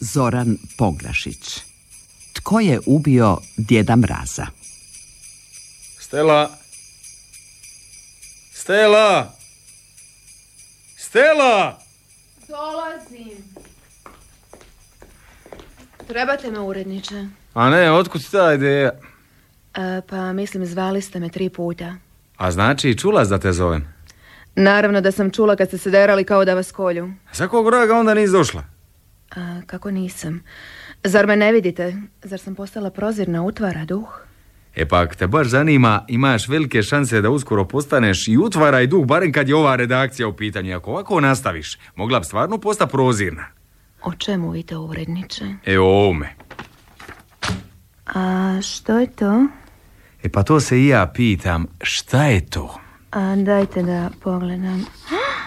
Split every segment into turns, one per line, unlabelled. Zoran Poglašić Tko je ubio djeda mraza?
Stela! Stela! Stela!
Dolazim. Trebate me, uredniče.
A ne, otkud ta ideja?
E, pa mislim, zvali ste me tri puta.
A znači, čula da te zovem.
Naravno da sam čula kad ste se derali kao da vas kolju.
Za kog vraga onda nisi došla?
A, kako nisam? Zar me ne vidite? Zar sam postala prozirna utvara duh?
E pa, ak te baš zanima, imaš velike šanse da uskoro postaneš i utvaraj duh, barem kad je ova redakcija u pitanju. I Ako ovako nastaviš, mogla bi stvarno posta prozirna.
O čemu vi to, uredniče?
E o ovome.
A što je to?
E pa to se i ja pitam, šta je to?
A, dajte da pogledam.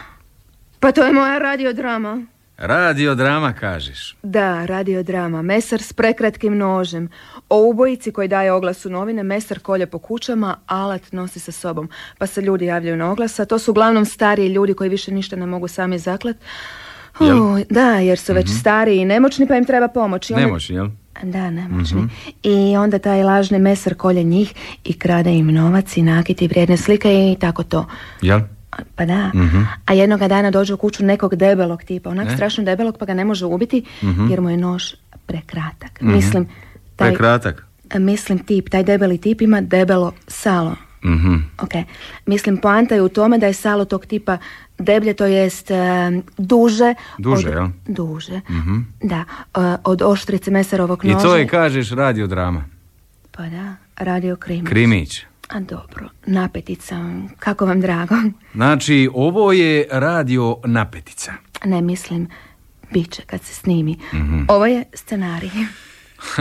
Pa to je moja radiodrama.
Radiodrama, kažeš.
Da, radiodrama. Mesar s prekratkim nožem. O ubojici koji daje oglas u novine, mesar kolje po kućama, alat nosi sa sobom. Pa se ljudi javljaju na oglasa. To su uglavnom stariji ljudi koji više ništa ne mogu sami zaklat.
Jel? Mhm.
Uj, da, jer su već stariji i nemoćni pa im treba pomoć. I onda-
Nemoćni, Mhm. jel?
Da, nemoćni. I onda taj lažni mesar kolje njih i krade im novac i nakit i vrijedne slike i tako to.
Jel?
Pa da,
Mhm.
a jednoga dana dođe u kuću nekog debelog tipa, onak
E.
strašno debelog pa ga ne može ubiti
Mhm.
jer mu je nož prekratak. Mislim, taj,
Prekratak.
mislim tip, taj debeli tip ima debelo salo.
Mhm.
Ok, mislim poanta je u tome da je salo tog tipa deblje, to jest e, duže.
Duže,
od,
jel? Mhm.
Duže, da, e, od oštrice mesarovog
I
noža.
to je, kažeš, radiodrama.
Pa da, radio krimi.
Krimić.
A dobro, napetica, kako vam drago.
Znači, ovo je radio napetica.
Ne mislim, bit će kad se snimi.
Mhm.
Ovo je scenarij.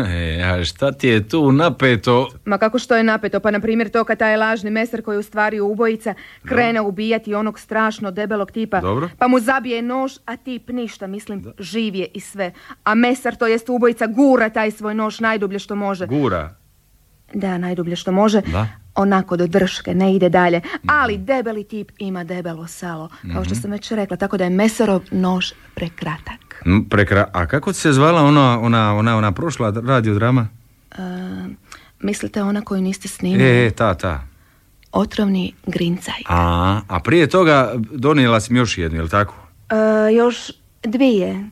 E, a šta ti je tu napeto?
Ma kako što je napeto, pa na primjer to kad taj lažni mesar koji je u stvari ubojica krene ubijati onog strašno debelog tipa,
Dobro.
pa mu zabije nož, a tip ništa, mislim, živ je i sve. A mesar, to jest ubojica, gura taj svoj nož najdublje što može.
Gura.
Da, najdublje što može.
Da. Mhm.
Onako do drške, ne ide dalje. Ali debeli tip ima debelo salo, kao što sam već rekla, tako da je mesarov nož prekratak.
M, Prekra... A kako ti se zvala ona, ona, ona, ona prošla radiodrama?
E, mislite ona koju niste snimili?
E, e, ta, ta.
Otrovni grincaj.
A, a prije toga donijela sam još jednu, jel tako?
E, još dvije.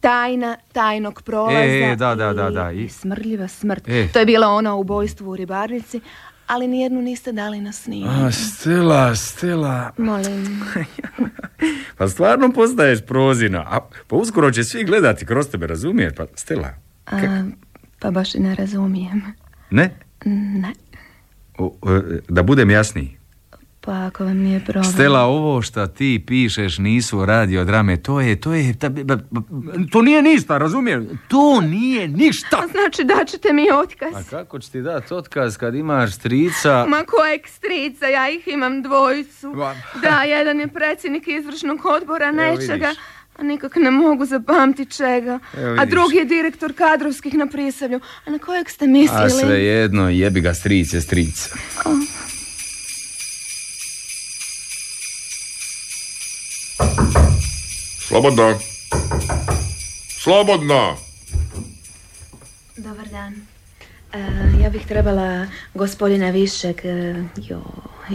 Tajna tajnog prolaza
E, e, da, da, da, da,
i,
i-
smrdljiva smrt.
E.
To je bila ona ubojstvo u ribarnici, ali nijednu niste dali na snimanje.
Stela, Stela.
Molim. Eh,
Pa stvarno postaješ prozina. A, pa uskoro će svi gledati kroz tebe, razumiješ? Pa, Stela.
A, pa baš i ne razumijem.
Ne?
Ne.
O, e, da budem jasniji.
Pa ako vam nije problem.
Stela, ovo šta ti pišeš nisu radio drame, to je, to je, ta- ba- ba- to nije ništa, razumiješ? To nije ništa!
Znači da ćete mi otkaz.
A kako će ti dati otkaz kad imaš strica?
Ma kojeg strica, ja ih imam dvojicu.
Va-
Da, jedan je predsjednik izvršnog odbora nečega,
vidiš.
a nikak ne mogu zapamtiti čega.
Evo
a
vidiš.
drugi je direktor kadrovskih na prisavlju. A na kojeg ste mislili?
A svejedno, jebi ga stric je stric.
Slobodno. Slobodno.
Dobar dan. E, ja bih trebala gospodina Višeg... e, jo,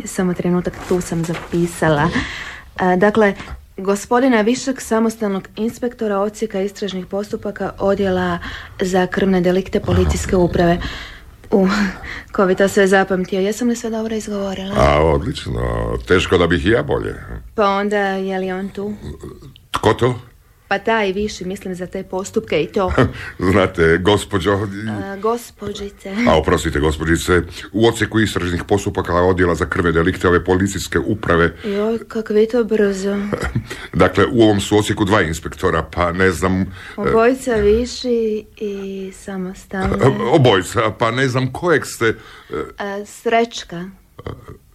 samo trenutak, tu sam zapisala. E, dakle, gospodina Višeg, samostalnog inspektora odsjeka istražnih postupaka odjela za krvne delikte policijske uprave. U, ko bi to sve zapamtio? Jesam li sve dobro izgovorila?
A, odlično. Teško da bih i ja bolje.
Pa onda, je li on tu?
Tko to?
Pa taj Viši, mislim za te postupke i to.
Znate, gospođo...
E, gospođice...
A, oprostite, gospođice, u odsjeku istražnih postupaka odjela za krve delikte ove policijske uprave,
Joj, kako vi to brzo.
dakle, u ovom su odsjeku dva inspektora, pa ne znam... e,
Obojica viši i samostalna.
Obojica, pa ne znam kojeg ste... e,
A, Srećka.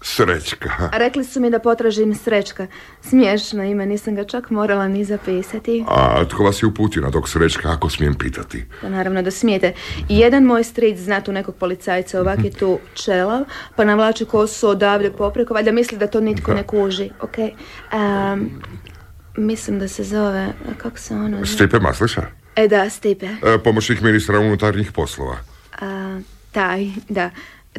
Srećka.
A Rekli su mi da potražim Srećka. Smiješno ime, nisam ga čak morala ni zapisati.
A tko vas je uputio na tog srećka, ako smijem pitati?
Pa naravno da smijete. Jedan moj stric zna tu nekog policajca, ovak je tu čelav, pa navlači kosu odavde popreko, valjda misli da to nitko ne kuži. Ok. Am, mislim da se zove, a kako se ono zove?
Stipe Masliša?
E da, Stipe.
E, Pomoćnik ministra unutarnjih poslova.
A, taj, da.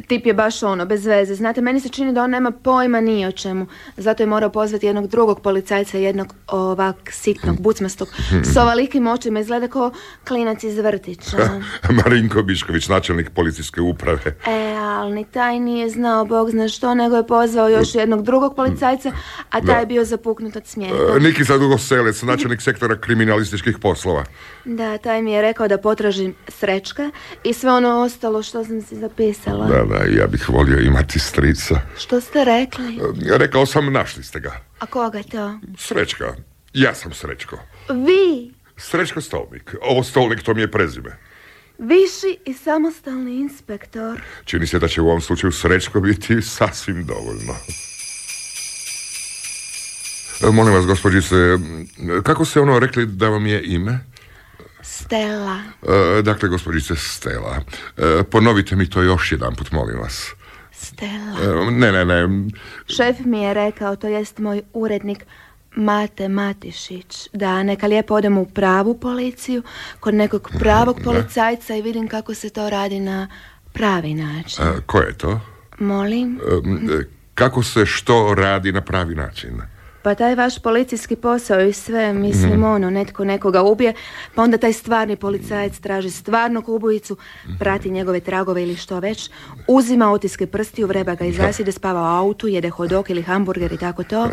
Tip je baš ono, bez veze. Znate, meni se čini da on nema pojma ni o čemu. Zato je morao pozvati jednog drugog policajca, jednog ovak
Hm.
sitnog, bucmastog, s ovalikim očima. Izgleda kao klinac iz
Hm.
vrtića.
Marinko Bišković, načelnik policijske uprave.
E, ali ni taj nije znao, bog zna što, nego je pozvao još
Hm.
jednog drugog policajca, a taj je bio zapuknut od smijeha.
E, Nikita Dugoselec, načelnik sektora kriminalističkih poslova.
Da, taj mi je rekao da potražim srećka i sve ono ostalo što sam si zapisala.
Da, da, ja bih volio imati strica.
Što ste rekli?
E, Rekao sam, našli ste ga.
A koga to?
Srećka. Ja sam Srećko.
Vi,
Srećko Stolnik. Ovo Stolnik, to mi je prezime.
viši i samostalni inspektor.
Čini se da će u ovom slučaju Srećko biti sasvim dovoljno. E, Molim vas, gospođice, m, kako ste ono rekli da vam je ime?
Stella.
E, dakle, gospođice Stela, e, ponovite mi to još jedanput, molim vas.
Stella.
E, ne, ne, ne,
Šef mi je rekao, to jest moj urednik Mate Matišić, da neka lijepo odem u pravu policiju, kod nekog pravog policajca i vidim kako se to radi na pravi način.
E, ko je to?
Molim?
E, m, e, kako se što radi na pravi način?
Pa taj vaš policijski posao i sve, mislim ono, netko nekoga ubije, pa onda taj stvarni policajac traži stvarnog ubojicu, prati njegove tragove ili što već, uzima otiske prstiju, vreba ga iz zasjede, spava u autu, jede hodok ili hamburger i tako to,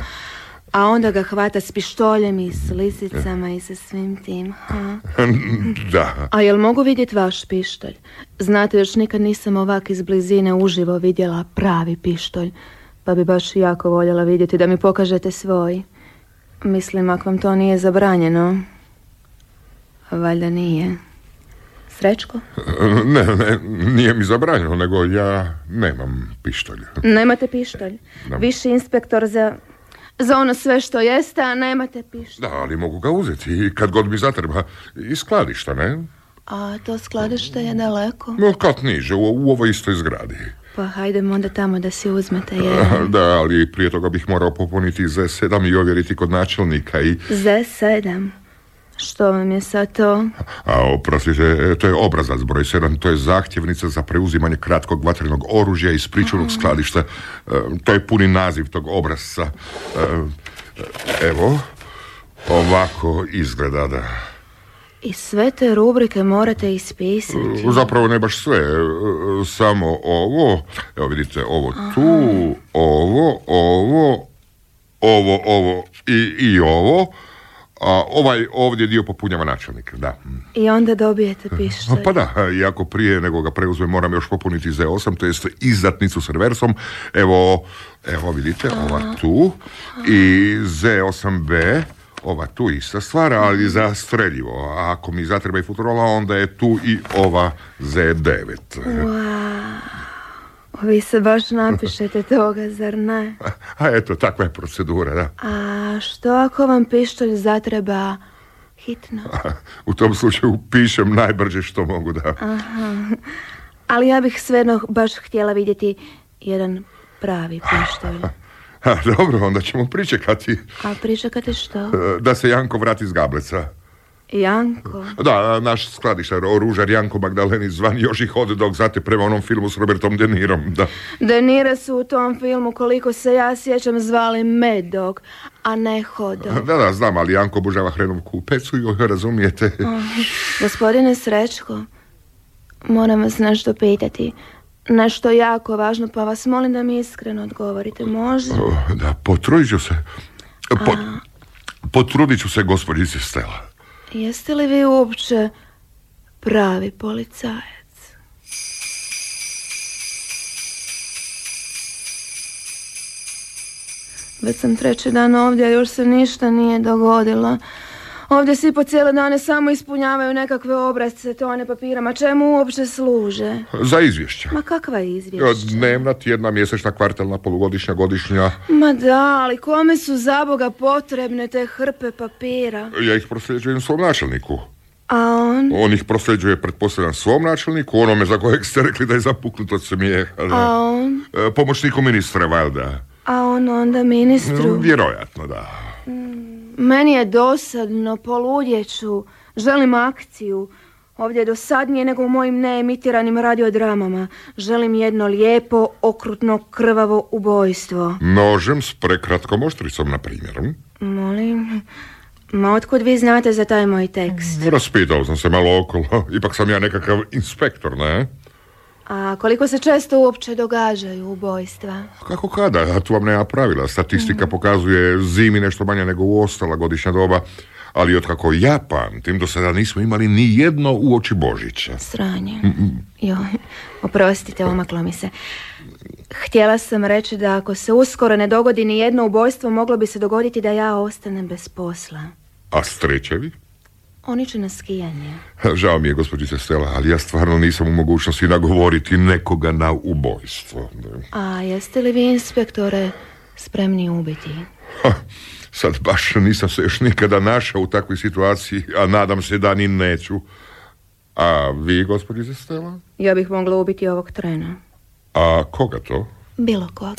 a onda ga hvata s pištoljem i s lisicama i sa svim tim. ha.
da,
A jel mogu vidjeti vaš pištolj? Znate, još nikad nisam ovak iz blizine uživo vidjela pravi pištolj, pa bi baš jako voljela vidjeti da mi pokažete svoj. Mislim, ako vam to nije zabranjeno, valjda nije. Srećko?
E, ne, ne, nije mi zabranjeno, nego ja nemam pištolj.
Nemate pištolj. Viši inspektor za... Za ono sve što jeste, a nemate pištolj.
Da, ali mogu ga uzeti i kad god mi zatreba iz skladišta, ne?
A to skladište je daleko.
No, kat niže, u, u ovoj istoj zgradi.
Pa hajdemo onda tamo da si uzmete jedan.
Da, ali prije toga bih morao popuniti Z7 i ovjeriti kod načelnika i...
Z7. Što vam je sad to?
A, oprostite, to je obrazac broj 7, to je zahtjevnica za preuzimanje kratkog vatrenog oružja iz pričuvnog skladišta. E, To je puni naziv tog obrazca. E, Evo, ovako izgleda, da.
I sve te rubrike morate
Mm.
ispisati.
Zapravo ne baš sve, e, samo ovo, evo vidite, ovo tu, ovo, ovo, ovo, ovo i, i ovo, a ovaj ovdje dio popunjava načelnik, da.
I onda dobijete
A,
pištolj.
Pa da, jako prije nego ga preuzme moram još popuniti Z8, to jest izdatnicu s reversom, evo, evo vidite, ova tu i Z8B, ova tu ista stvar, ali za streljivo, a ako mi zatreba i futurola, onda je tu i ova Z9.
Vi se baš napišete toga, zar ne?
A eto, takva je procedura, da.
A što ako vam pištolj zatreba hitno?
U tom slučaju pišem najbrže što mogu, da.
Ali ja bih svejedno baš htjela vidjeti jedan pravi pištolj.
A, dobro, onda ćemo pričekati
A pričekate što?
e, da se Janko vrati iz Gableca.
Janko.
Da, naš skladišar, oružar Janko Magdaleni zvan još i hot dog, znate prema onom filmu s Robertom De Nirom, da.
Denira su u tom filmu, koliko se ja sjećam, zvali Medog, a ne Hodog.
Da, da, znam, ali Janko obožava hrenom kupecu i razumijete.
Gospodine Srećko, moram vas nešto pitati. Nešto jako važno, pa vas molim da mi iskreno odgovorite. Može?
O, Da, potrudit ću se. Po- potrudit ću se, gospođice Stela.
Jeste li vi uopće pravi policajac? Već sam treći dan ovdje, a još se ništa nije dogodilo. Ovdje svi po cijele dane samo ispunjavaju nekakve obrazce, tone papira. Ma čemu uopće služe?
Za izvješća. E,
Ma kakva izvješća?
Dnevna, tjedna, mjesečna, kvartalna, polugodišnja, godišnja.
Ma da, ali kome su za Boga potrebne te hrpe papira?
Ja ih prosljeđujem svom načelniku.
A on?
On ih prosljeđuje, pretpostavljam, svom načelniku, onome za kojeg ste rekli da je zapuknut od smijeha. da.
A on?
E, Pomoćniku ministra, valjda.
A on onda ministru?
Vjerojatno, Mm, da.
Meni je dosadno, poludjeću. Želim akciju. Ovdje je dosadnije nego u mojim neemitiranim radiodramama. Želim jedno lijepo, okrutno, krvavo ubojstvo.
Nožem s prekratkom oštricom, na primjer. hm?
Molim? Ma otkud vi znate za taj moj tekst?
Raspitao sam se malo okolo. Ipak sam ja nekakav inspektor, ne?
A koliko se često uopće događaju ubojstva?
Pa Kako kada? A Tu vam nema pravila. Statistika pokazuje zimi nešto manje nego u ostala godišnja doba. Ali otkako ja pamtim, do sada nismo imali ni jedno u oči Božića.
Sranje. Jo, oprostite, omaklo mi se. Htjela sam reći da ako se uskoro ne dogodi ni jedno ubojstvo, moglo bi se dogoditi da ja ostanem bez posla.
A strečevi?
Oni će na skijanje.
Žao mi je, gospođice Stela, ali ja stvarno nisam u mogućnosti nagovoriti nekoga na ubojstvo.
A jeste li vi, inspektore, spremni ubiti?
Ha, sad baš nisam se još nikada našao u takvoj situaciji, a nadam se da ni neću. A vi, gospođice Stela?
Ja bih mogla ubiti ovog trena.
A koga to?
Bilo koga.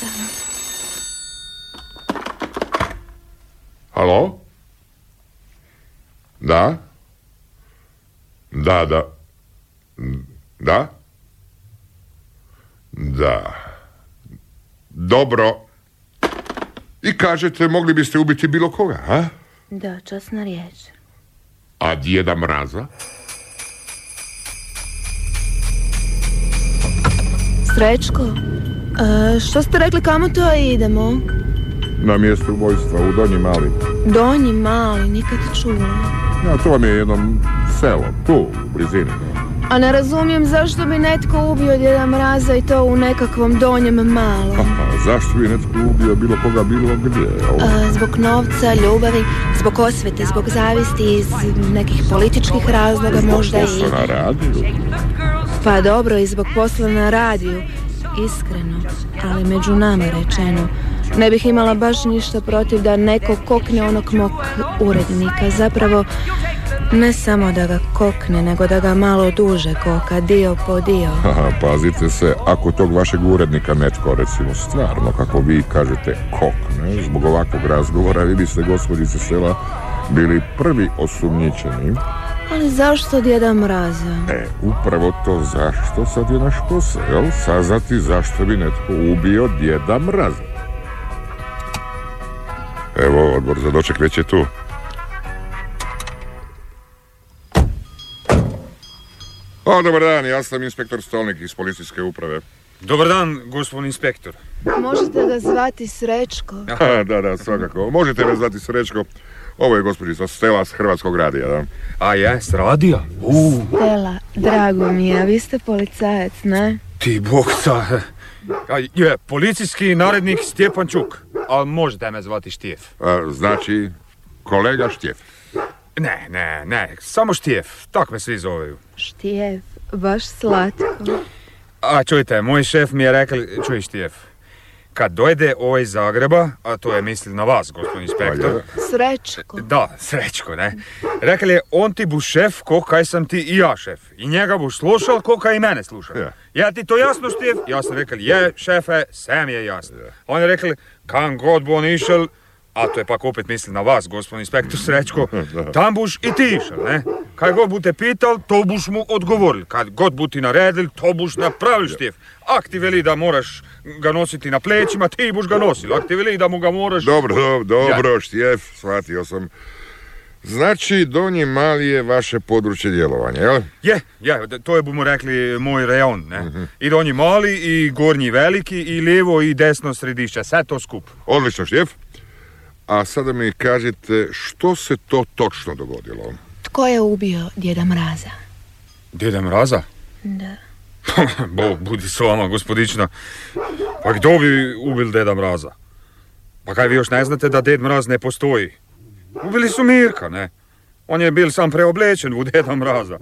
Halo? Da? Da, da. Da? Da. Dobro. I kažete, mogli biste ubiti bilo koga, a?
Da, časna riječ.
A djeda mraza?
Srećko, e, što ste rekli, kamo to idemo?
Na mjestu ubojstva u Donji Mali.
Donji, mali, nikad čula.
Ja, to vam je jedno selo, tu, u blizini.
A ne razumijem zašto bi netko ubio Djeda Mraza i to u nekakvom donjem malom.
Aha, zašto bi netko ubio bilo koga bilo gdje? Ovo-
E, Zbog novca, ljubavi, zbog osvete, zbog zavisti, iz nekih političkih razloga možda i...
Posla na radiju?
Pa dobro, i zbog posla na radiju. Iskreno, ali među nama rečeno. Ne bih imala baš ništa protiv da neko kokne onog mog urednika. Zapravo, ne samo da ga kokne, nego da ga malo duže koka, dio po dio.
Aha, pazite se, ako tog vašeg urednika netko, recimo, stvarno, kako vi kažete, kokne, zbog ovakvog razgovora, vi biste, gospodice sela, bili prvi osumnjičeni.
Ali zašto djeda mraza?
E, upravo to zašto sad je naš posao, jel? Saznati zašto bi netko ubio djeda mraza. Evo, odbor za doček već je tu. O, dobar dan, ja sam inspektor Stolnik iz policijske uprave.
Dobar dan, gospodin inspektor.
Možete ga zvati Srećko.
Ha, da, da, svakako. Možete me zvati Srećko. Ovo je gospođica Stela s Hrvatskog radija, da?
A ja s radija? U,
Stela, drago mi je, a vi ste policajac, ne?
ti bog sa... A, je, policijski narednik Stjepan Čuk. A možete me zvati Štijef.
A, znači, kolega Štjef.
Ne, ne, ne, samo Štijef. Tak me svi zoveju.
Štijev, baš slatko.
A čujte, moj šef mi je rekao, čuj Štijef, kad dojde ovaj iz Zagreba, a to je misli na vas, gospodin inspektor,
Srećko.
Da, srećko, ne. Rekel je, on ti bu šef ko kaj sam ti i ja šef. I njega bu slušal ko kaj i mene slušal.
Ja.
Ja ti to jasno štiv? Ja sam rekel, je šefe, sem je jasno. On je rekel, kam god bo on išel, a to je pak opet misli na vas, gospodin inspektor Srećko, tam buš i ti išel, ne? Kaj god bu te pital, to buš mu odgovoril. Kad god bu ti naredil, to buš napravil štif. Ak ti veli da moraš ga nositi na plećima, ti buš ga nosil. Ak ti veli da mu ga moraš...
Dobro, dobro, dobro, Štjef, shvatio sam. Znači, Donji Mali je vaše područje djelovanja, jel?
Je, je, da- to je bomo rekli moj rajon. ne. I donji mali, i gornji veliki, i levo, i desno središče, vse to skup.
Odlično, Štjef. A sada mi kažete što se to točno dogodilo.
Tko je ubio djeda mraza?
Dede mraza?
Da.
Bo, budi s vama, gospodična. Pa kdo bi ubil deda mraza? Pa kaj vi još ne znate, da ded mraz ne postoji? Ubili su Mirka, ne? On je bil sam preoblečen v deda mraza.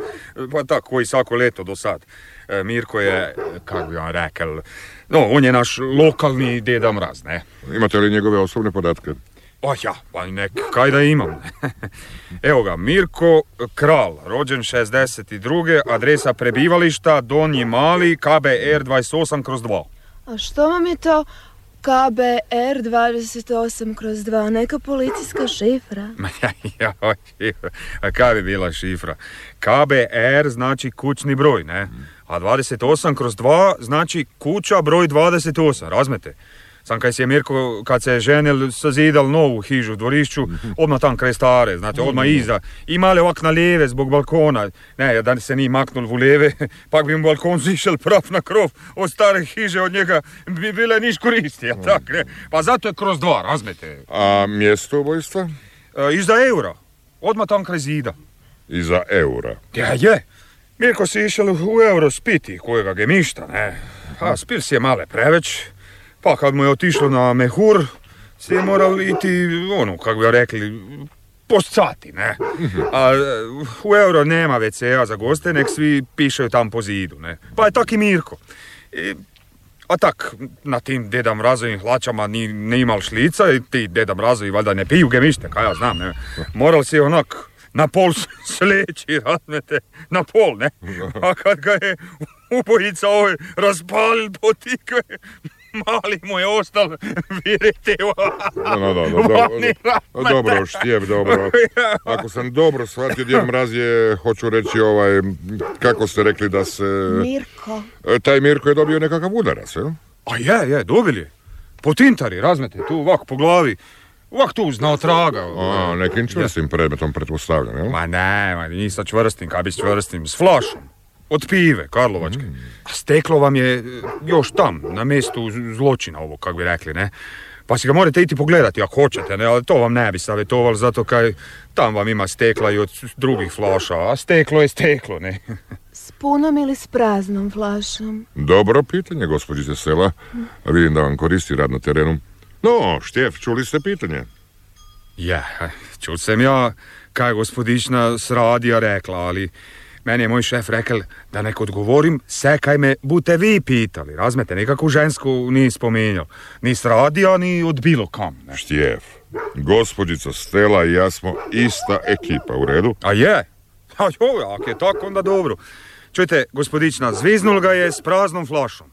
Pa tako, koji vsako leto do sad. E, Mirko je, kako bi vam rekel, no, on je naš lokalni deda mraz, ne?
Imate li njegove osobne podatke?
O ja, pa nek, kaj da imam. Evo ga, Mirko Kral, rođen 62. adresa prebivališta Donji Mali, KBR 28 kroz 2.
A što vam je to KBR 28 kroz 2, neka policijska šifra.
Ma ja, ja, šifra. A kaj bi bila šifra? KBR znači kućni broj, ne? A 28 kroz 2 znači kuća broj 28, razmete? Sam kaj si je Mirko, kad se je ženil, sazidal novu hižu u dvorišću, odmah tam kraj stare, znate, odmah iza. I male ovak na lijeve zbog balkona. Ne, da se ni maknul v lijeve, pak bi mu balkon zišel prav na krov, od stare hiže od njega bi bile niš koristi, jel tak, ne? Pa zato je kroz dva, razmete?
A mjesto ubojstva?
E, iza eura. Odmah tam kraj zida.
Iza eura.
Ja je. Mirko si išel u euro spiti kojega ge mišta, ne. A spil si je male preveč. Pa kad mu je otišlo na mehur, si je moral iti, ono, kako bi rekli, poscati, ne. A e, u euro nema WC-a za goste, nek svi pišeju tam po zidu, ne. Pa je tak i Mirko. I a tak, na tim Deda Mrazovim hlačama ni, ni imal šlica i ti Deda Mrazovi valjda ne piju gemište, kaj ja znam, ne. Moral si onak na pol s- sleći, razmete, na pol, ne. A kad ga je ubojica ovaj raspalil po tikve, mali mu je ostal, vjerite,
Da, da, da, da,
Vani
dobro, dobro, štijep, dobro. Ako sam dobro shvatio, Djed Mraz je, hoću reći, ovaj, kako ste rekli da se...
Mirko.
E, Taj Mirko je dobio nekakav udarac, jel?
A je, je, dobili je. Po tintari, razmete, tu ovako po glavi, ovako tu zna traga.
A, nekim čvrstim predmetom, pretpostavljam, jel?
Ma ne, ma ni sa čvrstim, kaj bi s čvrstim, s flašom. Od pive, Karlovačke. A steklo vam je e, još tam, na mjestu z- zločina ovo, kako bi rekli, ne? Pa si ga morate iti pogledati ako hoćete, ne? Ali to vam ne bi savjetoval, zato kaj tam vam ima stekla i od s- drugih flaša, a steklo je steklo, ne?
S punom ili s praznom flašom?
Dobro pitanje, gospođice Sela. Vidim da vam koristi rad na terenu. No, Štjef, čuli ste pitanje.
Ja, čul sem ja, kaj je gospodična s radija rekla, ali meni je moj šef rekel, da nek odgovorim vse, kaj me boste vi pitali. Razmete, nekako žensko ni spominjal, ni s radija, ni od bilo kam. Ne?
Štjef, gospođica Stela i ja smo ista ekipa, u redu?
A je? A joj, ak je tako, onda dobro. Čujte, gospodična, zviznul ga je s praznom flašom.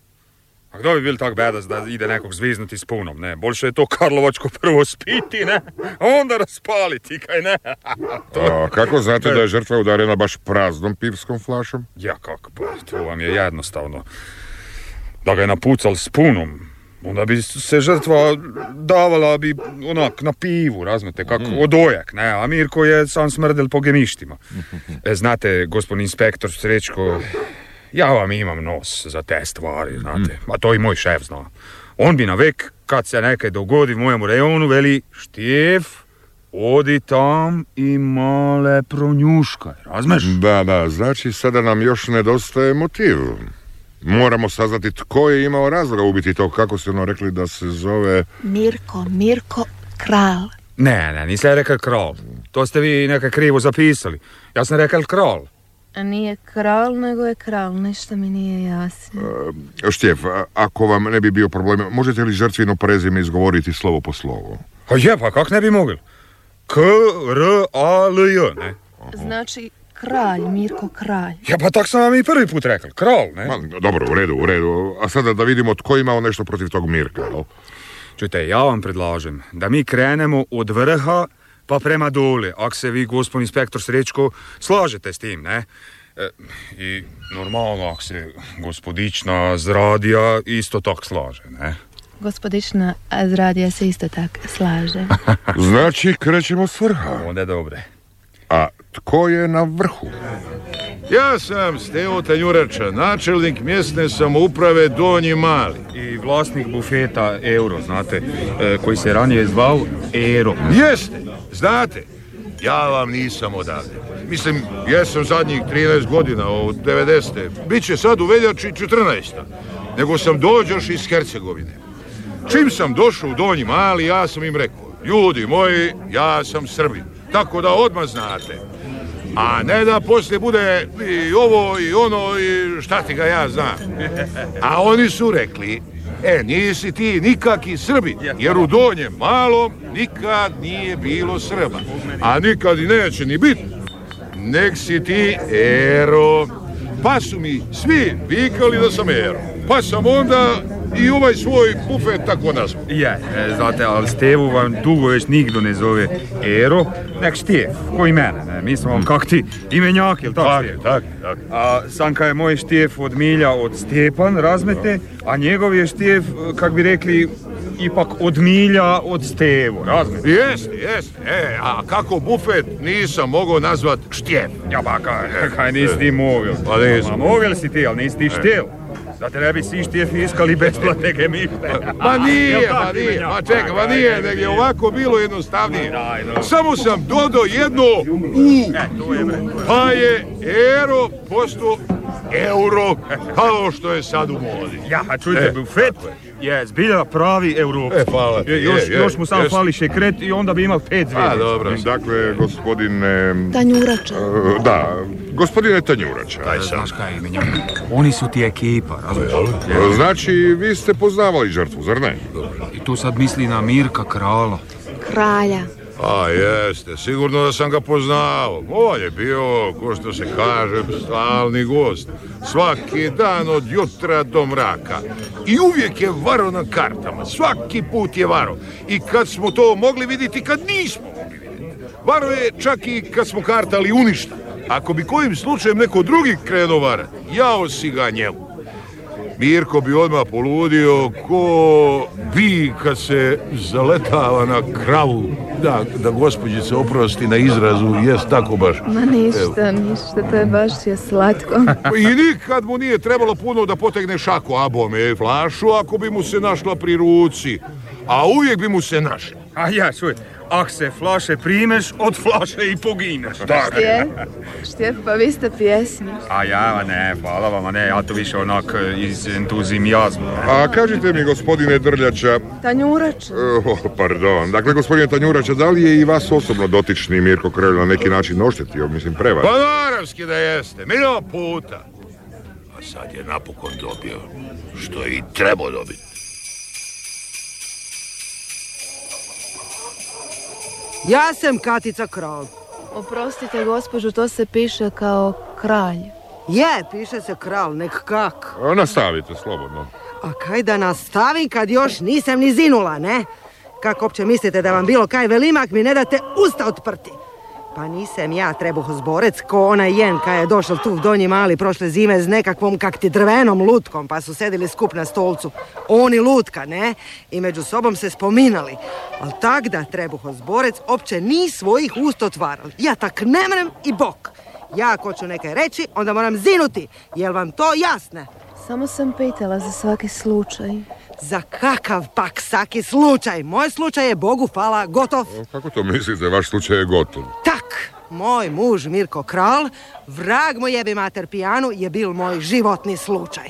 A kdo bi bil tak bedas, da ide nekog zviznuti s punom, ne? Boljše je to Karlovačko prvo spiti, ne? A onda raspaliti, kaj ne?
A, kako znate da je žrtva udarena baš praznom pivskom flašom?
Ja, kako pa, to vam je jednostavno. Da ga je napucal s punom, onda bi se žrtva davala bi onak na pivu, razmete, kako odojak, ne, a Mirko je sam smrdel po gemištima. E, znate, gospodin inspektor Srećko, ja vam imam nos za te stvari, znate, a to i moj šef zna. On bi na vek, kad se nekaj dogodi v mojemu rejonu, veli, Štef, odi tam i male pronjuškaj, razmeš?
Da, da, znači sada nam još nedostaje motiv. Moramo saznati tko je imao razloga ubiti to, kako ste ono rekli da se zove...
Mirko, Mirko, kral.
Ne, ne, nisam ja rekel krol. To ste vi nekaj krivo zapisali. Ja sam rekel krol.
A nije kral, nego je kral, nešto mi nije jasno.
Štjef, a- ako vam ne bi bio problem, možete li žrtvino prezime izgovoriti slovo po slovu?
A je, pa kak ne bi mogel? K, R, A, L, J, ne?
Znači, kralj, Mirko, kralj.
Ja, pa tak sam vam i prvi put rekel. Krol, ne?
Ma, dobro, u redu, u redu. A sada da vidimo tko je imao nešto protiv tog Mirka, jel?
Čujte, ja vam predlažem da mi krenemo od vrha pa prema dole, ak se vi, gospod inspektor Srečko, slažete s tim, ne? E, I normalno, ak se gospodična z radija isto tak slaže, ne?
Gospodična Azradija se isto tak slaže.
Znači, krećemo s vrha.
Onda je dobre.
A tko je na vrhu?
Ja sam Stevo Tanjurača, načelnik mjesne samouprave Donji Mali.
i vlasnik bufeta Euro, znate, e, koji se ranije zvao Ero.
Jeste, znate, ja vam nisam odavde. Mislim, jesam zadnjih 13 godina, od 90. Biće sad u veljači 14. Nego sam dođoš iz Hercegovine. Čim sam došao u Donji Mali, ja sam im rekao, ljudi moji, ja sam Srbin. Tako da odmah znate. A ne da poslije bude i ovo i ono i šta ti ga ja znam. A oni su rekli, e nisi ti nikaki Srbi, jer u Donjem Malom nikad nije bilo Srba. A nikad i neće ni biti. Nek si ti Ero. Pa su mi svi vikali da sam Ero. Pa sam onda i ovaj svoj bufet tako nazvao.
Je, e, znate, ali Stevu vam dugo već nikdo ne zove Ero, nek Štev, ko i mene, ne, mi smo, kak ti, imenjak, jel Mm. tako
Tak,
Štev?
tak, tak.
A Sanka je moj Štev od milja od Stepan, razmete, a njegov je Štev, kak bi rekli, ipak od milja od Stevo, razmete.
Jeste, jeste. E, a kako bufet nisam mogao nazvat štjep.
Ja ba, kaj, kaj nisi ti mogel?
Pa nisam.
Ma, mogel si ti, ali nisi ti Štev. Da te ne bi svi Štev iskali besplatne gemište.
Ma
Jel
nije,
tako,
ma nije,
imenjak?
ma čekaj, ma
Aj,
nije,
aj,
nego
aj.
je ovako bilo jednostavnije.
Ma daj, no.
Samo sam dodao jedno u,
E, to je bre.
pa je ero postao euro, kao što je sad u modi.
Ja, a čujte,
E,
bufet je zbilja pravi Evropa.
E, hvala ti,
Je, još,
je, je,
još mu samo
jest.
fali šekret i onda bi imao pet
A,
zvijezda.
Pa, dobro.
Dakle, gospodine...
Tanjurače.
e, Da, gospodine Tanjurača.
Aj sad.
kaj, menjak? Oni su ti ekipa, razumiješ?
E, Znači, vi ste poznavali žrtvu, zar ne?
I tu sad misli na Mirka Krala.
Kralja.
A jeste, sigurno da sam ga poznao. On je bio, ko što se kaže, stalni gost. Svaki dan od jutra do mraka. I uvijek je varo na kartama. Svaki put je varo. I kad smo to mogli vidjeti, kad nismo mogli vidjeti. Varo je čak i kad smo kartali uništa. Ako bi kojim slučajem neko drugi krenuo varati, jao si ga njemu. Mirko bi odmah poludio ko bi kad se zaletava na kravu. Da, da gospođica oprosti na izrazu, jest tako baš.
Ma ništa, ništa, to je baš je slatko.
I nikad mu nije trebalo puno da potegne šaku abome i flašu ako bi mu se našla pri ruci. A uvijek bi mu se našla.
A ja, čuj, ak se flaše primeš, od flaše i pogineš. Da.
Štjef, Štjef, pa vi ste pjesmi.
A ja, ma ne, hvala vam, a ne, ja to više onak e, iz entuzijazma.
A kažite mi, gospodine Drljača,
Tanjurače.
O, pardon. Dakle, gospodine Tanjurača, da li je i vas osobno dotični Mirko Krelj na neki način oštetio, mislim, prevar?
Pa naravski da jeste, milion puta. A sad je napokon dobio što je i trebao dobiti.
Ja sam Katica Kralj.
Oprostite, gospođu, to se piše kao kralj.
Je, piše se Kralj, nek kak.
Pa
A, Pa Nastavite, slobodno.
A kaj da nastavim kad još nisam ni zinula, ne? Kako opće mislite da vam bilo kaj velimak mi ne date usta otprti? Pa nisam ja trebuh zborec ko onaj jen kaj je došel tu u Donji Mali prošle zime s nekakvom kakti drvenom lutkom pa su sedili skup na stolcu. Oni lutka, ne? I među sobom se spominali. Al tak da trebuh zborec opće ni svojih ust otvarali. Ja tak ne mrem i bok. Ja ako ću nekaj reći, onda moram zinuti. Jel vam to jasne?
Samo sam pitala za svaki slučaj.
Za kakav pak saki slučaj? Moj slučaj je, Bogu hvala, gotov.
Pa Kako to mislite, vaš slučaj je gotov?
Tak, moj muž Mirko Kral, vrag mu jebi mater pijanu, je bil moj životni slučaj.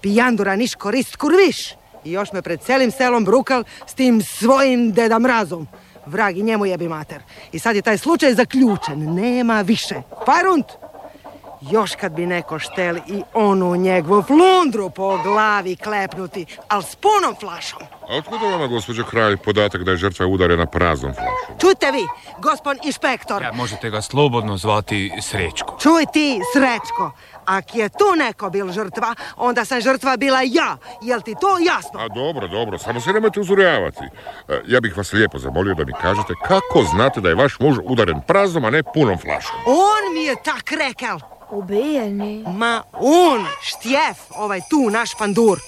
Pijandura niš korist kurviš. I još me pred celim selom brukal s tim svojim deda mrazom. Vrag i njemu jebi mater. I sad je taj slučaj zaključen, nema više. Fajrunt! Još kad bi neko štel i onu njegovu flundru po glavi klepnuti, al s punom flašom.
A otkud vama, gospođo Kralj, podatak da je žrtva udarena praznom flašom?
Čujte vi, gospon inšpektor,
E, Možete ga slobodno zvati Srećko.
čuj ti, Srećko, ak je tu neko bil žrtva, onda sam žrtva bila ja, jel ti to jasno?
A dobro, dobro, samo se nemojte uzurjavati. E, Ja bih vas lijepo zamolio da mi kažete kako znate da je vaš muž udaren praznom, a ne punom flašom.
On mi je tak rekel,
Ubijeni.
ma on, štjef, ovaj tu naš pandur.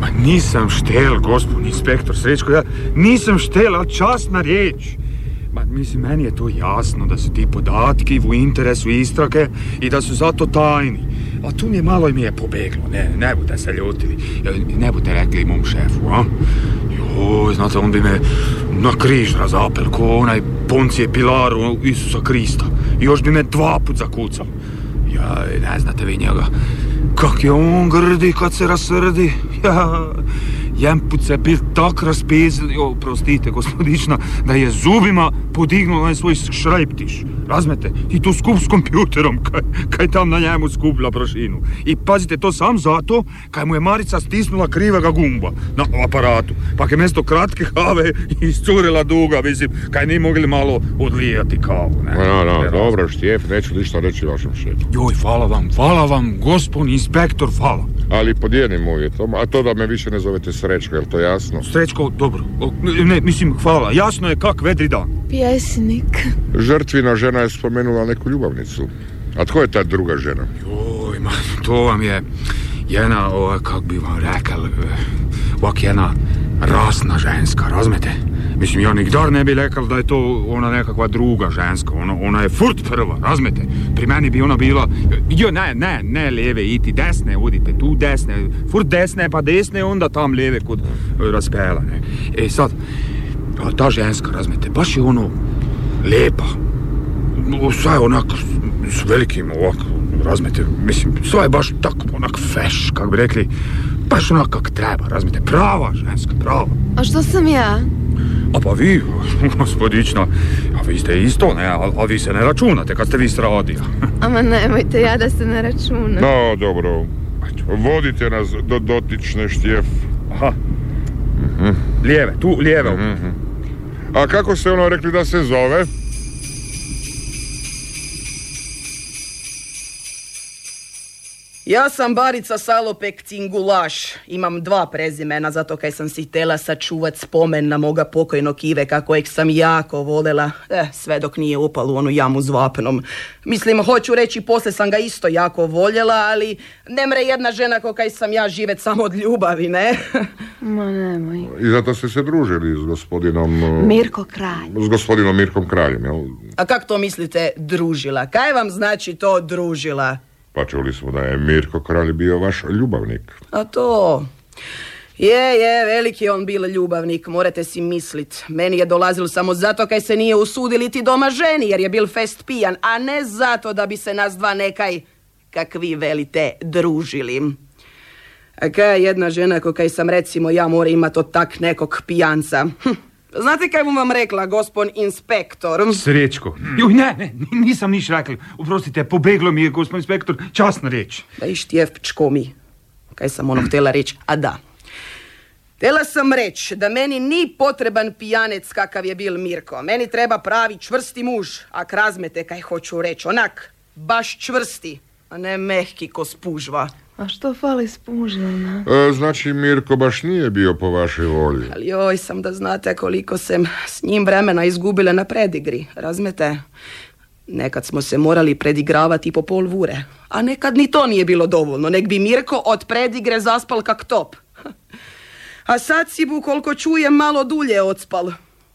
Ma nisam štel, gospodin inspektor Srećko, ja nisam štel, ali časna riječ. Ma mislim, meni je to jasno da su ti podatki u interesu istrake i da su zato tajni. A tu mi je malo i mi je pobeglo, ne, ne budete se ljutili, E, ne budete rekli mom šefu, a? Joj, znate, on bi me na križ razapel, ko onaj Poncije Pilar u Isusa Krista. Još bi me dva put zakucao. Jaj, ne znate vi njega. Kak je on grdi kad se rasrdi. Ja, Jemput se je bil tak razpezlil, oprostite, gospodična, da je zubima podignul onaj svoj šrajptiš. Razmete, i to skup s kompjuterom, kaj, kaj tam na njemu skupila prašinu. I pazite, to sam zato, kaj mu je Marica stisnula krivega gumba na aparatu, pa je mesto kratke kave izcurila duga, mislim, kaj ni mogli malo odlijati kavu, ne?
Pa,
No, no, dobro, Štijef, neću ništa reći vašem šefu.
Joj, hvala vam, hvala vam, gospod inspektor, hvala.
Ali pod jednim uvjetom, a to da me više ne zovete Srećko, jel to jasno?
Srećko, dobro. O, Ne, mislim, hvala. Jasno je kak vedri dan.
Pjesnik.
Žrtvina žena je spomenula neku ljubavnicu. A tko je ta druga žena?
Joj, ma, to vam je jedna, o, kak bi vam rekel, eh, ovak jedna rasna ženska, razmete? Mislim, ja nikdar ne bi rekel da je to ona nekakva druga ženska, ona, ona je furt prva, razmete? Pri meni bi ona bila, jo ne, ne, ne lijeve iti, desne odite, tu desne, furt desne pa desne, onda tam lijeve kod eh, razpela, ne? E sad, a ta ženska, razmete, baš je ono, lepa, sve onako s- s velikim ovako razmete, mislim, sve je baš tako onak feš, kako bi rekli, baš onak kak treba, razmete, prava ženska, prava.
A što sam ja?
A pa vi, gospodična, a vi ste isto, ne, a, a vi se ne računate kad ste vi s radija.
Ama nemojte, ja da se ne računam.
No, dobro. Vodite nas do dotične Štijef.
Aha. Lijeve, tu, lijeve.
A kako ste ono rekli da se zove?
Ja sam Barica Salopek Cingulaš. Imam dva prezimena, zato kaj sam si tela sačuvat spomen na moga pokojnog Iveka, kojeg sam jako volela, eh, sve dok nije upal u onu jamu s vapnom. Mislim, hoću reći, posle sam ga isto jako voljela, ali nemre jedna žena ko kaj sam ja živet samo od ljubavi, ne?
Ma nemoj.
I zato ste se družili s gospodinom... eh,
Mirko Kralj.
S gospodinom Mirkom Kraljem, jel?
A kak to mislite, družila? Kaj vam znači to družila?
Pa čuli smo da je Mirko Kralj bio vaš ljubavnik.
A to... Je, je, veliki je on bil ljubavnik, morate si mislit. Meni je dolazil samo zato kaj se nije usudili ti doma ženi, jer je bil fest pijan, a ne zato da bi se nas dva nekaj, kak vi velite, družili. A kaj je jedna žena ko kaj sam recimo ja mora imat od tak nekog pijanca. Hm. Znate kaj bom vam rekla, gospon inspektor?
Srečko. Joj, ne, ne, ni- nisam niš rekel. Oprostite, pobeglo mi je, gospod inspektor, časna reč.
Da iš ti je pičkomi. Kaj sam ono htjela reći? A da. Htjela sam reći da meni ni potreban pijanec kakav je bil Mirko. Meni treba pravi čvrsti muž. Ak razmete kaj hoću reći. Onak, baš čvrsti. A ne mehki ko spužva.
A što fali s pužama?
E, znači, Mirko baš nije bio po vašoj volji.
Ali joj sam da znate koliko sam s njim vremena izgubila na predigri. Razmete? Nekad smo se morali predigravati po pol vure. A nekad ni to nije bilo dovoljno. Nek bi Mirko od predigre zaspal kak top. A sad si bu, koliko čujem, malo dulje odspal.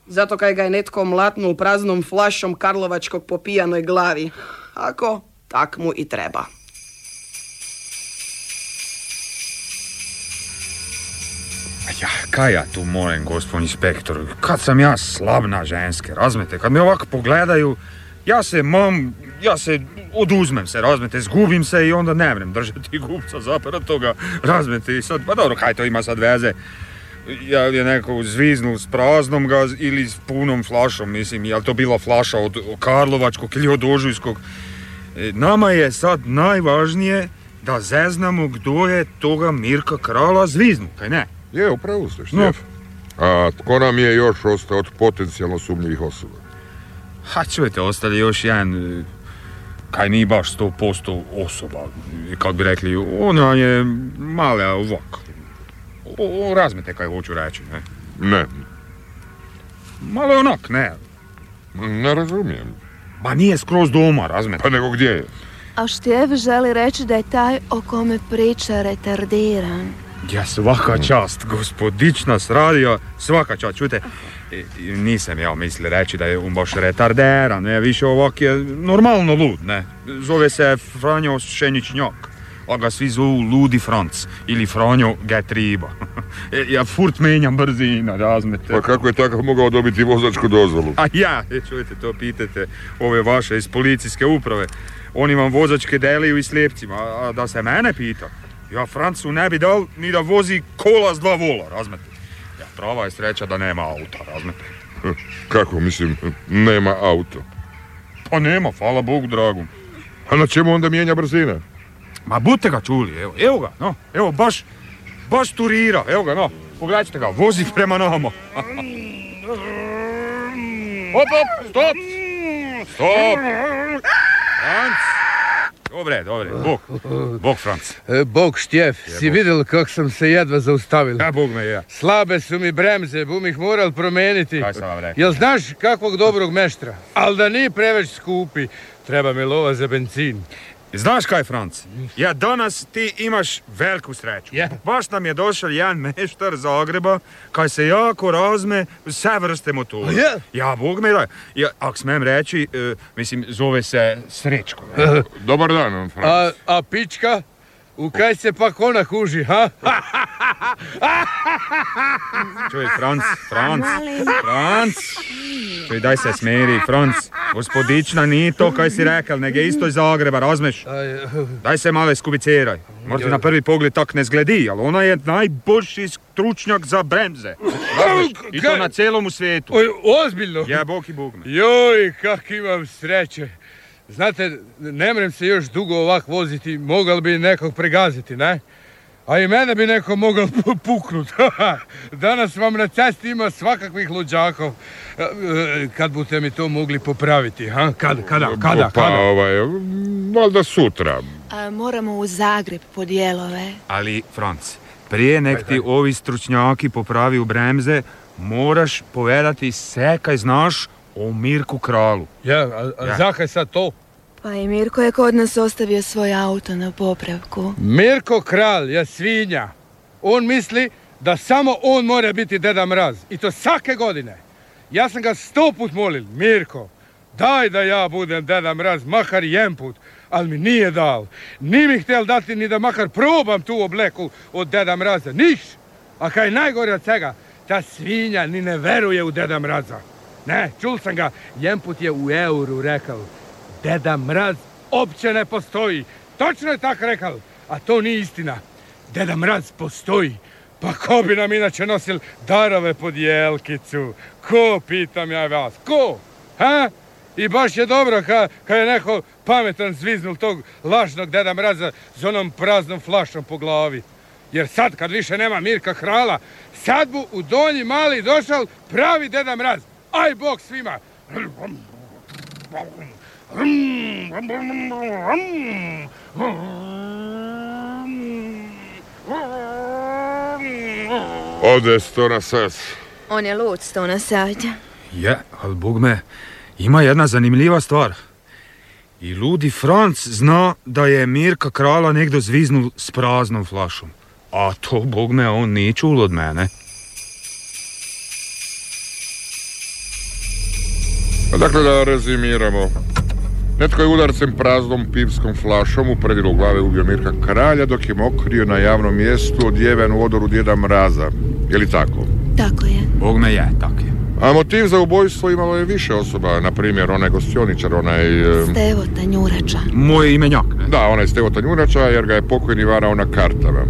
Zato kaj ga je netko mlatnul praznom flašom Karlovačkog po pijanoj glavi. Ako, tak mu i treba.
Ja, kaj ja tu moram, gospod inspektor? Kad sam ja slabna ženske, razmete? Kad me ovako pogledaju, ja se mam, ja se oduzmem se, razmete, zgubim se i onda ne vrem držati gubca zapera toga, razmete i sad, pa dobro, kaj to ima sad veze? Ja je neko zviznul s praznom ga ili s punom flašom, mislim, jel to bila flaša od Karlovačkog ili od Ožujskog? E, Nama je sad najvažnije da zeznamo kdo je toga Mirka Krala zviznu, kaj ne?
Je, upravo ste,
No.
Štijef. A tko nam je još ostao od potencijalno sumnjivih osoba?
Ha, čujete, ostali još jedan, e, kaj ni baš 100% osoba, e, kako bi rekli, ona je male ovak. O, o, razmete kaj hoću reći, ne?
Ne,
Malo je onak, ne.
ne razumijem.
Ma nije skroz doma, razmete.
Pa nego gdje je?
A Štjev želi reći da je taj o kome priča retardiran.
Ja svaka čast, gospodična s radija, svaka čast, čujte, e, nisam ja mislil reći da je on baš retarderan, ne, više ovak je normalno lud, ne. Zove se Franjo Šeničnjak, a ga svi zovu Ludi Franc ili Franjo Getriba. E, ja furt menjam brzina, razmete.
Pa kako je takav mogao dobiti vozačku dozvolu?
A ja, e, čujete, to pitate ove vaše iz policijske uprave. Oni vam vozačke delaju i slijepcima, a, a da se mene pita. Ja Francu ne bi dal ni da vozi kola s dva vola, razmete. Ja, prava je sreća da nema auta, razmete.
Kako, mislim, nema auto.
Pa nema, hvala Bogu dragom.
A na čemu onda mijenja brzina?
Ma bute ga čuli, evo, evo ga, no, evo, baš, baš turira, evo ga, no, pogledajte ga, vozi prema nama. Hop, hop, stop! Stop! Franc! Dobre, dobre, Bog, Bog Franc.
E, Bog štjef, si vidjel kak sam se jedva zaustavil.
Ja, Bog me je.
Slabe su mi bremze, bum ih moral promeniti.
Kaj sam vam rekao?
Jel znaš kakvog dobrog meštra? Al da ni preveć skupi, treba mi lova za benzin.
Znaš kaj, Franc? Ja, danas ti imaš veliku sreću.
Je.
Baš nam je došel jedan meštar Zagreba, kaj se jako razme vse vrste motora.
Je.
Ja, Bog me da. Ja, ak smem reči, eh, mislim, zove se Srečko. ne?
Dobar dan, Franc.
A, a pička? U kaj se pa ona kuži, ha?
Čuj, Franc, Franc, Franc. Čuj, daj se smiri, Franc. Gospodična ni to, kaj si rekel, nego je isto iz Zagreba, razmeš?
Aj,
Daj se malo skubiciraj. Možda na prvi pogled tak ne zgledi, ali ona je najboljši stručnjak za bremze. Razumeš? I to
Kaj?
na celom svetu.
oj, ozbiljno?
Ja, bog i bog me.
Joj, kak imam sreće. Znate, ne mrem se još dugo ovak voziti, mogal bi nekog pregaziti, ne? A i mene bi neko mogao puknut. Danas vam na cesti ima svakakvih luđakov. E, e, Kad bute mi to mogli popraviti, ha? Kada, kada, kada,
pa,
kada?
ovaj, valjda sutra.
A, moramo u Zagreb po dijelove.
Ali, Franc, prije nek ti ovi stručnjaki popravi u bremze, moraš povedati sve kaj znaš o Mirku Kralu.
Ja, a, a
Ja.
zakaj sad to?
Pa i Mirko je kod nas ostavio svoj auto na popravku.
Mirko Kralj je svinja. On misli da samo on mora biti Deda Mraz. I to svake godine. Ja sam ga sto put molil, Mirko, daj da ja budem Deda Mraz, makar jedan put. Ali mi nije dal. Ni mi htjel dati ni da makar probam tu obleku od Deda Mraza. Niš! A kaj je najgore od svega, ta svinja ni ne veruje u Deda Mraza. Ne, čul sam ga, jedan put je u euru rekao, Deda Mraz opće ne postoji. Točno je tak rekao, a to nije istina. Deda Mraz postoji. Pa ko bi nam inače nosil darove pod jelkicu? Ko, pitam ja vas, ko? Ha? I baš je dobro ka, ka je neko pametan zviznul tog lažnog deda mraza s onom praznom flašom po glavi. Jer sad kad više nema Mirka Hrala, sad bu u Donji Mali došao pravi deda mraz. Aj bog svima!
Ode sto na sas.
On je lud sto na sat.
Je, ali bog me, ima jedna zanimljiva stvar. I ludi Franc zna da je Mirka Krala nekdo zviznul s praznom flašom. A to, bog me, on ni čul od mene.
Dakle, da rezimiramo. Netko je udarcem praznom pivskom flašom u predilu glave ubio Mirka Kralja dok je mokrio na javnom mjestu odjeven u odoru djeda Mraza. Je li tako?
Tako je.
Bog me je, tak je.
A motiv za ubojstvo imalo je više osoba, na primjer onaj gostioničar, onaj... e,
Stevo Tanjurača.
Moj imenjak, ne?
Da, onaj Stevo Tanjunača, jer ga je pokojni varao na kartama.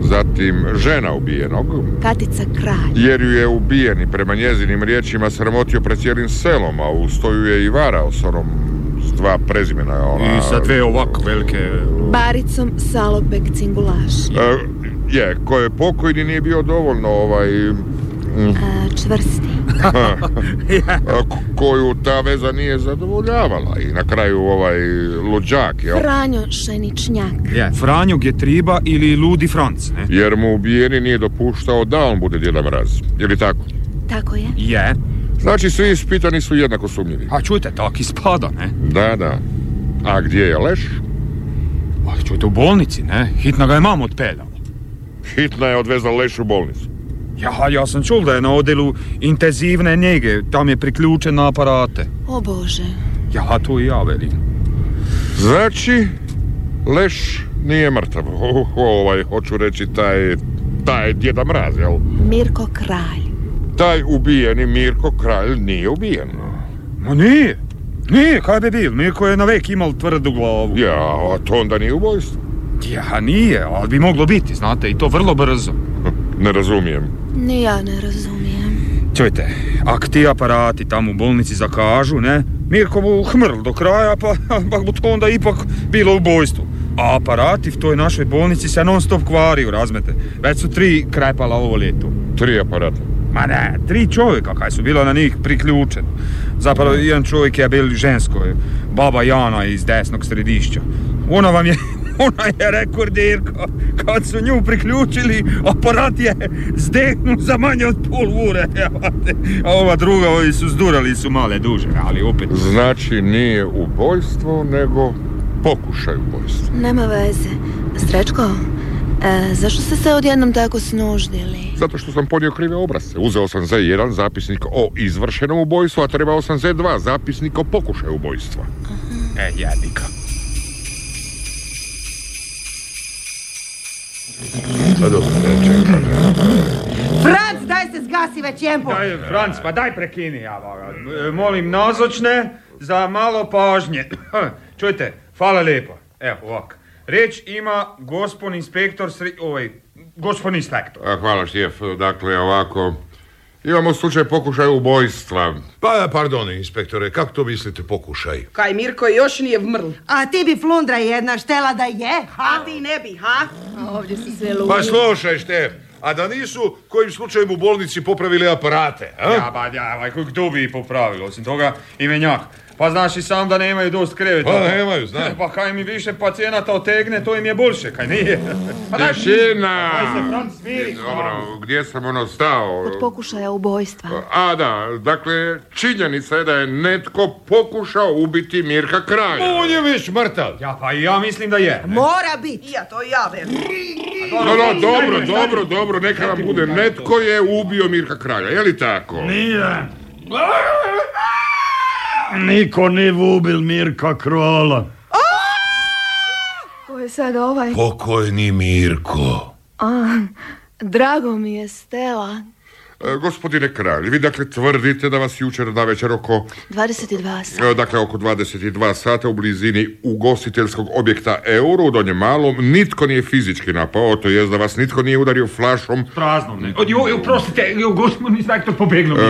Zatim žena ubijenog,
Katica Kralj.
jer ju je ubijen i prema njezinim riječima sramotio pred cijelim selom, a uz to ju je i varao s onom s dva prezimena. Ona,
I sa dve ovako velike...
Baricom Salopek Cingulaš.
E, je, ko je pokojni nije bio dovoljno ovaj... mm,
A, čvrsti.
a, k- koju ta veza nije zadovoljavala i na kraju ovaj luđak, jel?
Franjo Šeničnjak.
Je. Franjo Getriba ili Ludi Franc, ne?
Jer mu ubijeni nije dopuštao da on bude djeda mraz. Je li tako?
Tako je.
Je.
Znači, svi ispitani su jednako sumnjivi.
A čujte, tak ispada, ne?
Da, da. A gdje je Leš?
A čujte, u bolnici, ne? Hitna ga je mam odpeljala.
Hitna je odvezla Leš u bolnicu.
Ja, ja sam čul da je na odjelu intenzivne njege, tam je priključen na aparate.
O Bože.
Ja, to i ja velim.
Znači, Leš nije mrtav. O, ovaj, hoću reći taj, taj djeda mraz, jel?
Mirko Kralj.
Taj ubijeni Mirko Kralj nije ubijen.
Ma nije. Nije, kaj bi bil? Mirko je navek imal tvrdu glavu.
Ja, a to onda nije ubojstvo.
Ja, nije, ali bi moglo biti, znate, i to vrlo brzo.
Ne razumijem.
Ni ja ne razumijem.
Čujte, ak ti aparati tamo u bolnici zakažu, ne, Mirko mu hmrl do kraja, pa, pa bi to onda ipak bilo ubojstvo. A aparati v toj našoj bolnici se non stop kvariju, razmete. Već su tri krepala ovo ljeto.
Tri aparata.
Ma ne, tri čovjeka kaj su bila na njih priključena. Zapravo, jedan čovjek je bil žensko, baba Pa Jana iz desnog središća. Ona vam je, ona je rekordirka. Kad su nju priključili, aparat je zdehnuo za manje od pol ure. A ova druga, ovi su zdurali su male duže, ali opet...
Znači nije ubojstvo, nego pokušaj ubojstva.
Nema veze. Srećko, e, zašto ste se odjednom tako snuždili?
Zato što sam ponio krive obrazce. Uzeo sam Z1 zapisnik o izvršenom ubojstvu, a trebao sam Z2 zapisnik o pokušaju ubojstva.
E, jadnika.
Pa dobro, ne, čekaj.
Franc, daj se zgasi već jempo!
Daj, Franc, pa daj prekini, ja boga. E, Molim nazočne za malo pažnje. Čujte, hvala lijepo. Evo, ovak. Reč ima gospodin inspektor sri... Ovaj, gospodin inspektor.
A, Hvala šef, dakle ovako, imamo slučaj pokušaja ubojstva.
Pa, pardon, inspektore, kako to mislite pokušaj?
Kaj Mirko još nije vmrl.
A ti bi flundra jedna štela da je, ha?
A ti ne bi, ha?
Ovdje su sve
Pa slušaj, Štef, a da nisu kojim slučajem u bolnici popravili aparate, a?
Ja, ba, ja, ovaj, ba, kdo bi ih popravil, osim toga imenjak. Pa znaš i sam da nemaju dost kreveta.
Pa nemaju, znam.
Pa kaj mi više pacijenata otegne, to im je boljše, kaj nije? Pa daj,
Tišina!
Aj se, Franc, smiri.
Dobro, gdje sam ono stao?
Od pokušaja ubojstva.
Pa-
A da, dakle, činjenica je da je netko pokušao ubiti Mirka Kralja.
On je već mrtav.
Ja, pa i ja mislim da je.
Mora biti!
Ja, to ja velim.
Pa,
No, no, dobro, dobro, dobro, neka vam bude. Netko je ubio Mirka Kralja, je li tako?
Nije. Niko nije vubil Mirka Krola.
Ko je sad ovaj?
Pokojni Mirko.
A, drago mi je, Stela.
E, Gospodine Kralj, vi dakle tvrdite da vas jučer na večer oko,
22 sam.
e, dakle oko 22 sata u blizini ugostiteljskog objekta Euro u Donjem Malom nitko nije fizički napao, to jest da vas nitko nije udario flašom, e,
Prazno neko. Odjo, oprostite, gospodin inspektor pobegnu.
E,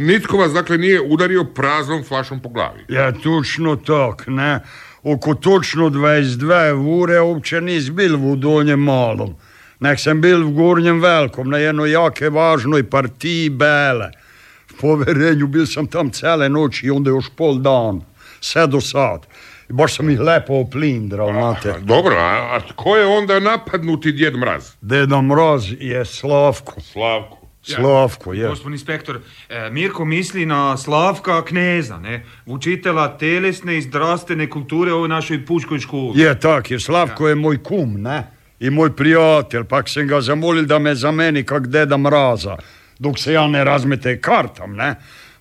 nitko vas dakle nije udario praznom flašom po glavi.
Ja, točno tak, ne. Oko točno 22 ure uopće nis bil v Donjem Malom. Nek sem bil v Gornjem Velkom na jednoj jake važnoj partiji Bele. V poverenju bil sam tam cele noči i onda još pol dan. Sve do sad. I baš sam ih lepo oplindral, znate.
Dobro, a, a tko je onda napadnuti djed mraz?
Deda Mraz je
Pa
Slavko.
Slavko.
Slavko, je.
Gospodin inspektor, e, Mirko misli na Slavka Kneza, ne? Učitela telesne i zdravstvene kulture u ovoj našoj pučkoj školi.
Je, tak je. Slavko je moj kum, ne? I moj prijatelj, pak sam ga zamolil da me zameni kak deda mraza, dok se ja ne razmete kartam, ne?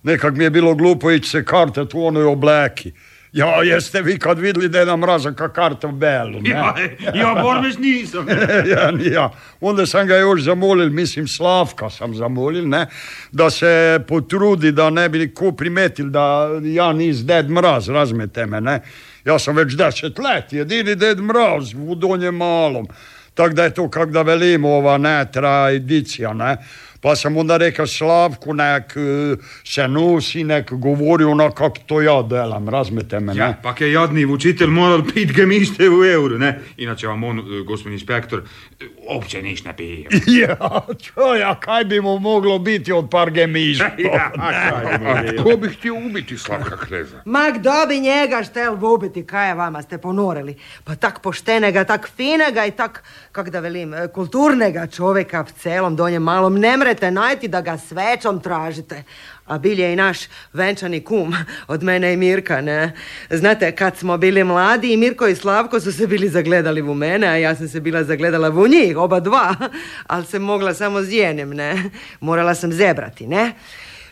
Nekak mi je bilo glupo ići se kartat u onoj obleki. Ja, jeste vi kad vidli deda mraza kak karta belu, ne?
Ja, ja borbež nisam.
ja, ni ja. Onda sam ga još zamolil, mislim Slavka sam zamolil, ne, da se potrudi da ne bi ko primetil da ja nis ded mraz, razmete me, ne. Ja sam već deset let, jedini ded mraz u Donjem Malom. Tak da je to kak da velimo ova ne, tradicija, ne. Pa sam onda rekel Slavku nek eh, se nosi, nek govori ono kak to ja delam, razmete me, ne.
Ja, pak je jadni učitelj moral pit gemište u euru, ne? Inače vam on, e, gospodin inspektor, e, uopće niš ne pije.
Ja, čuj, a kaj bi mu moglo biti od par gemišta?
Ja, a kaj bi mu
A tko bi htio ubiti Slavka Kneza?
Mak dobi njega štel vubiti, kaj je vama ste ponorili. Pa tak poštenega, tak finega i tak, kak da velim, e, kulturnega čovjeka v celom donjem malom ne mrete najti da ga svećom tražite. A bil je i naš venčani kum, od mene i Mirka, ne? Znate, kad smo bili mladi i Mirko i Slavko su se bili zagledali u mene, a ja sam se bila zagledala u njih, oba dva, ali sam mogla samo s jenim, ne? Morala sam zebrati, ne?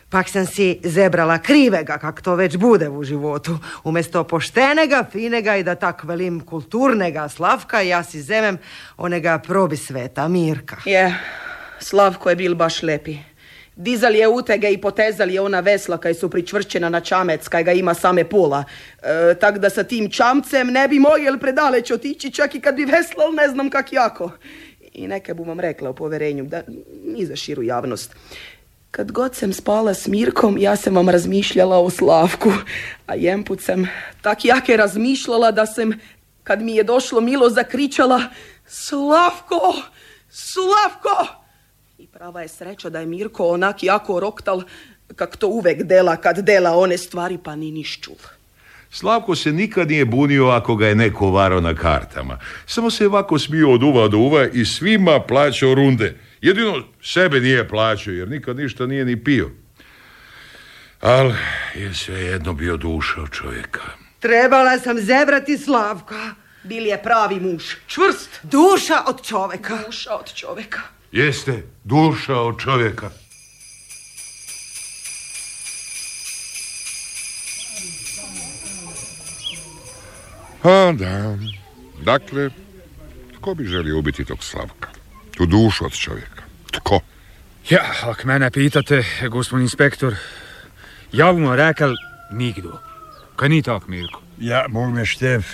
Pak sam si zebrala krivega, kak to već bude u životu. Umjesto poštenega, finega i da tak velim kulturnega Slavka, ja si zemem onega probi sveta Mirka.
Je, Slavko je bil baš lepi. Dizali je utege i potezali je ona vesla kaj su pričvršćena na čamec kaj ga ima same pola. E, tak da sa tim čamcem ne bi mogel predaleć otići čak i kad bi veslal ne znam kak jako. I neke bu vam rekla o poverenju, da ni za širu javnost. Kad god sam spala s Mirkom, ja sam vam razmišljala o Slavku. A jemput sam tak jake razmišljala da sam, kad mi je došlo milo, zakričala Slavko! Slavko! I prava je sreća da je Mirko onak jako roktal, kak to uvek dela kad dela one stvari, pa ni nišćul.
Slavko se nikad nije bunio ako ga je neko varao na kartama. Samo se je ovako smio od uva do uva i svima plaćao runde. Jedino sebe nije plaćao jer nikad ništa nije ni pio. Ali je svejedno bio duša od čovjeka.
Trebala sam zebrati Slavka.
Bil je pravi muž. Čvrst.
Duša od čoveka.
Duša od čoveka.
Jeste, duša od čovjeka.
A da, dakle, tko bi želio ubiti tog Slavka? Tu dušu od čovjeka. Tko?
Ja, ak mene pitate, gospodin inspektor, ja bom rekel nikdo. Kaj ni tak, Mirko?
Ja, bog me štef,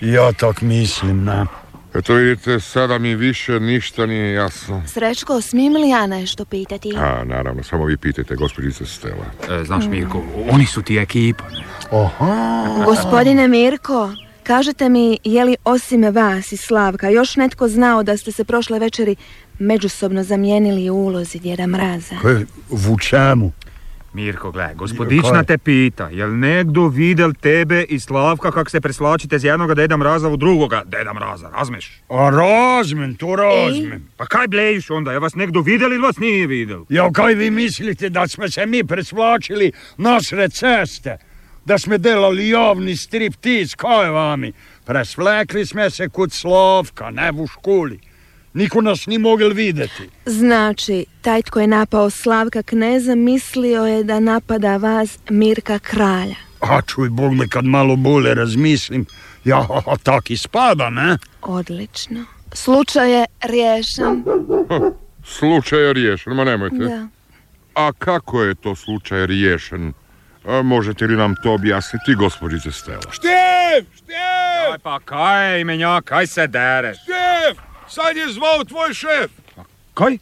ja tak mislim, na.
Eto vidite, sada mi više ništa nije jasno.
Srećko, smijem li ja nešto pitati?
A, naravno, samo vi pitajte, gospođice Stela.
E, znaš, Mirko, oni su ti ekipa, ne?
Aha.
Gospodine Mirko, kažete mi je li osim vas i Slavka još netko znao da ste se prošle večeri međusobno zamijenili u ulozi djeda Mraza?
Kaj, vučamu.
Mirko, gle, gospodična te pita, jel nekdo videl tebe i Slavka kak se preslačite z jednoga deda mraza u drugoga deda mraza, razmeš?
A razmem, to razmem.
Pa kaj blejiš onda, je vas nekdo videl ili vas nije videl?
Ja, kaj vi mislite da smo se mi presvlačili nasred ceste? Da smo delali javni striptiz, kaj vami? Presvlekli smo se kod Slavka, ne v školi. Niko nas ni mogel videti.
Znači, taj tko je napao Slavka kneza mislio je da napada vas Mirka kralja.
A čuj, bog me kad malo bolje razmislim, ja tak ispada, ne?
Odlično. Slučaj je riješen.
Slučaj je riješen, ma nemojte.
Da.
A kako je to slučaj riješen? A, možete li nam to objasniti, gospođice Stela?
Štev, štev! Aj pa kaj je imenja, kaj se dereš?
Šef, sad je zvao tvoj šef.
Kaj?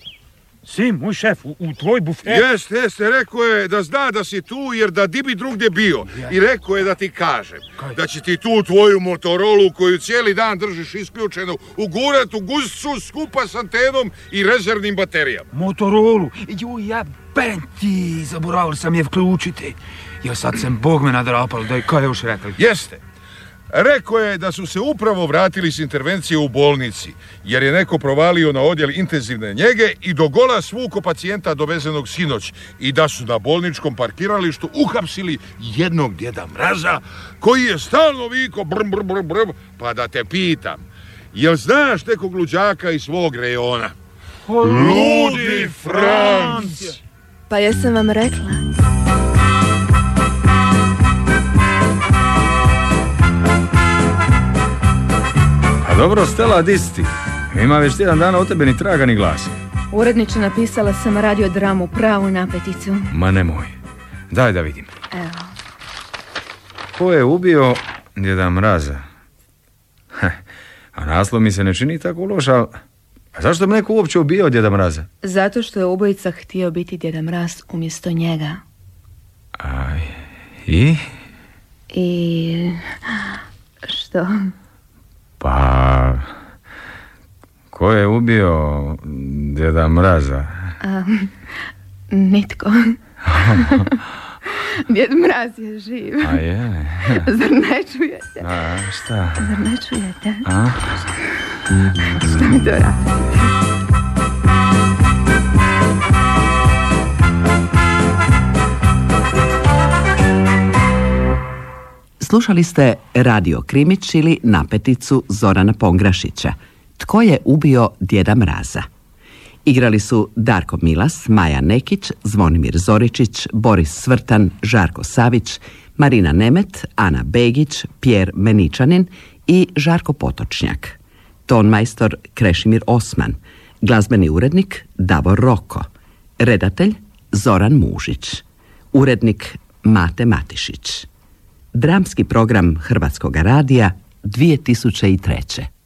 Si, moj šef, u, u tvoj bufet?
Jeste, jeste, rekao je da zna da si tu jer da di bi drugdje bio. I rekao je da ti kažem da će ti tu tvoju motorolu koju cijeli dan držiš isključenu ugurat u guscu skupa s antenom i rezervnim baterijama.
Motorolu. Ju, ja ben ti, zaboravil sam je vključiti. Ja sad sam bog me nadrapal, da je kaj još rekli.
Jeste. Rekao je da su se upravo vratili s intervencije u bolnici, jer je neko provalio na odjel intenzivne njege i do gola svuko pacijenta dovezenog sinoć i da su na bolničkom parkiralištu uhapsili jednog djeda mraza koji je stalno viko brm brm brm brm, pa da te pitam, jel znaš nekog luđaka iz svog rejona? Ludi Franc!
Pa jesam vam rekla.
A dobro, Stela, di si ti? Ima već tjedan dana o tebe ni traga ni glasa.
Uredniče, napisala sam radiodramu, pravu napeticu.
Ma nemoj. Daj da vidim.
Evo.
Ko je ubio djeda mraza? Heh, a naslov mi se ne čini tako loš, ali... A zašto bi neko uopće ubio djeda mraza?
Zato što je ubojica htio biti djeda mraz umjesto njega.
Aj, i?
I... Što?
Pa... Ko je ubio djeda mraza?
A, nitko. Djed mraz je živ.
A je?
Zar ne čujete?
A šta?
Zar ne čujete?
A?
Šta mi to radite?
Slušali ste Radio Krimić ili napeticu Zorana Pongrašića. Tko je ubio djeda Mraza? Igrali su Darko Milas, Maja Nekić, Zvonimir Zoričić, Boris Svrtan, Žarko Savić, Marina Nemet, Ana Begić, Pjer Meničanin i Žarko Potočnjak. Tonmajstor Krešimir Osman, glazbeni urednik Davor Roko, redatelj Zoran Mužić, urednik Mate Matišić. Dramski program Hrvatskog radija 2003.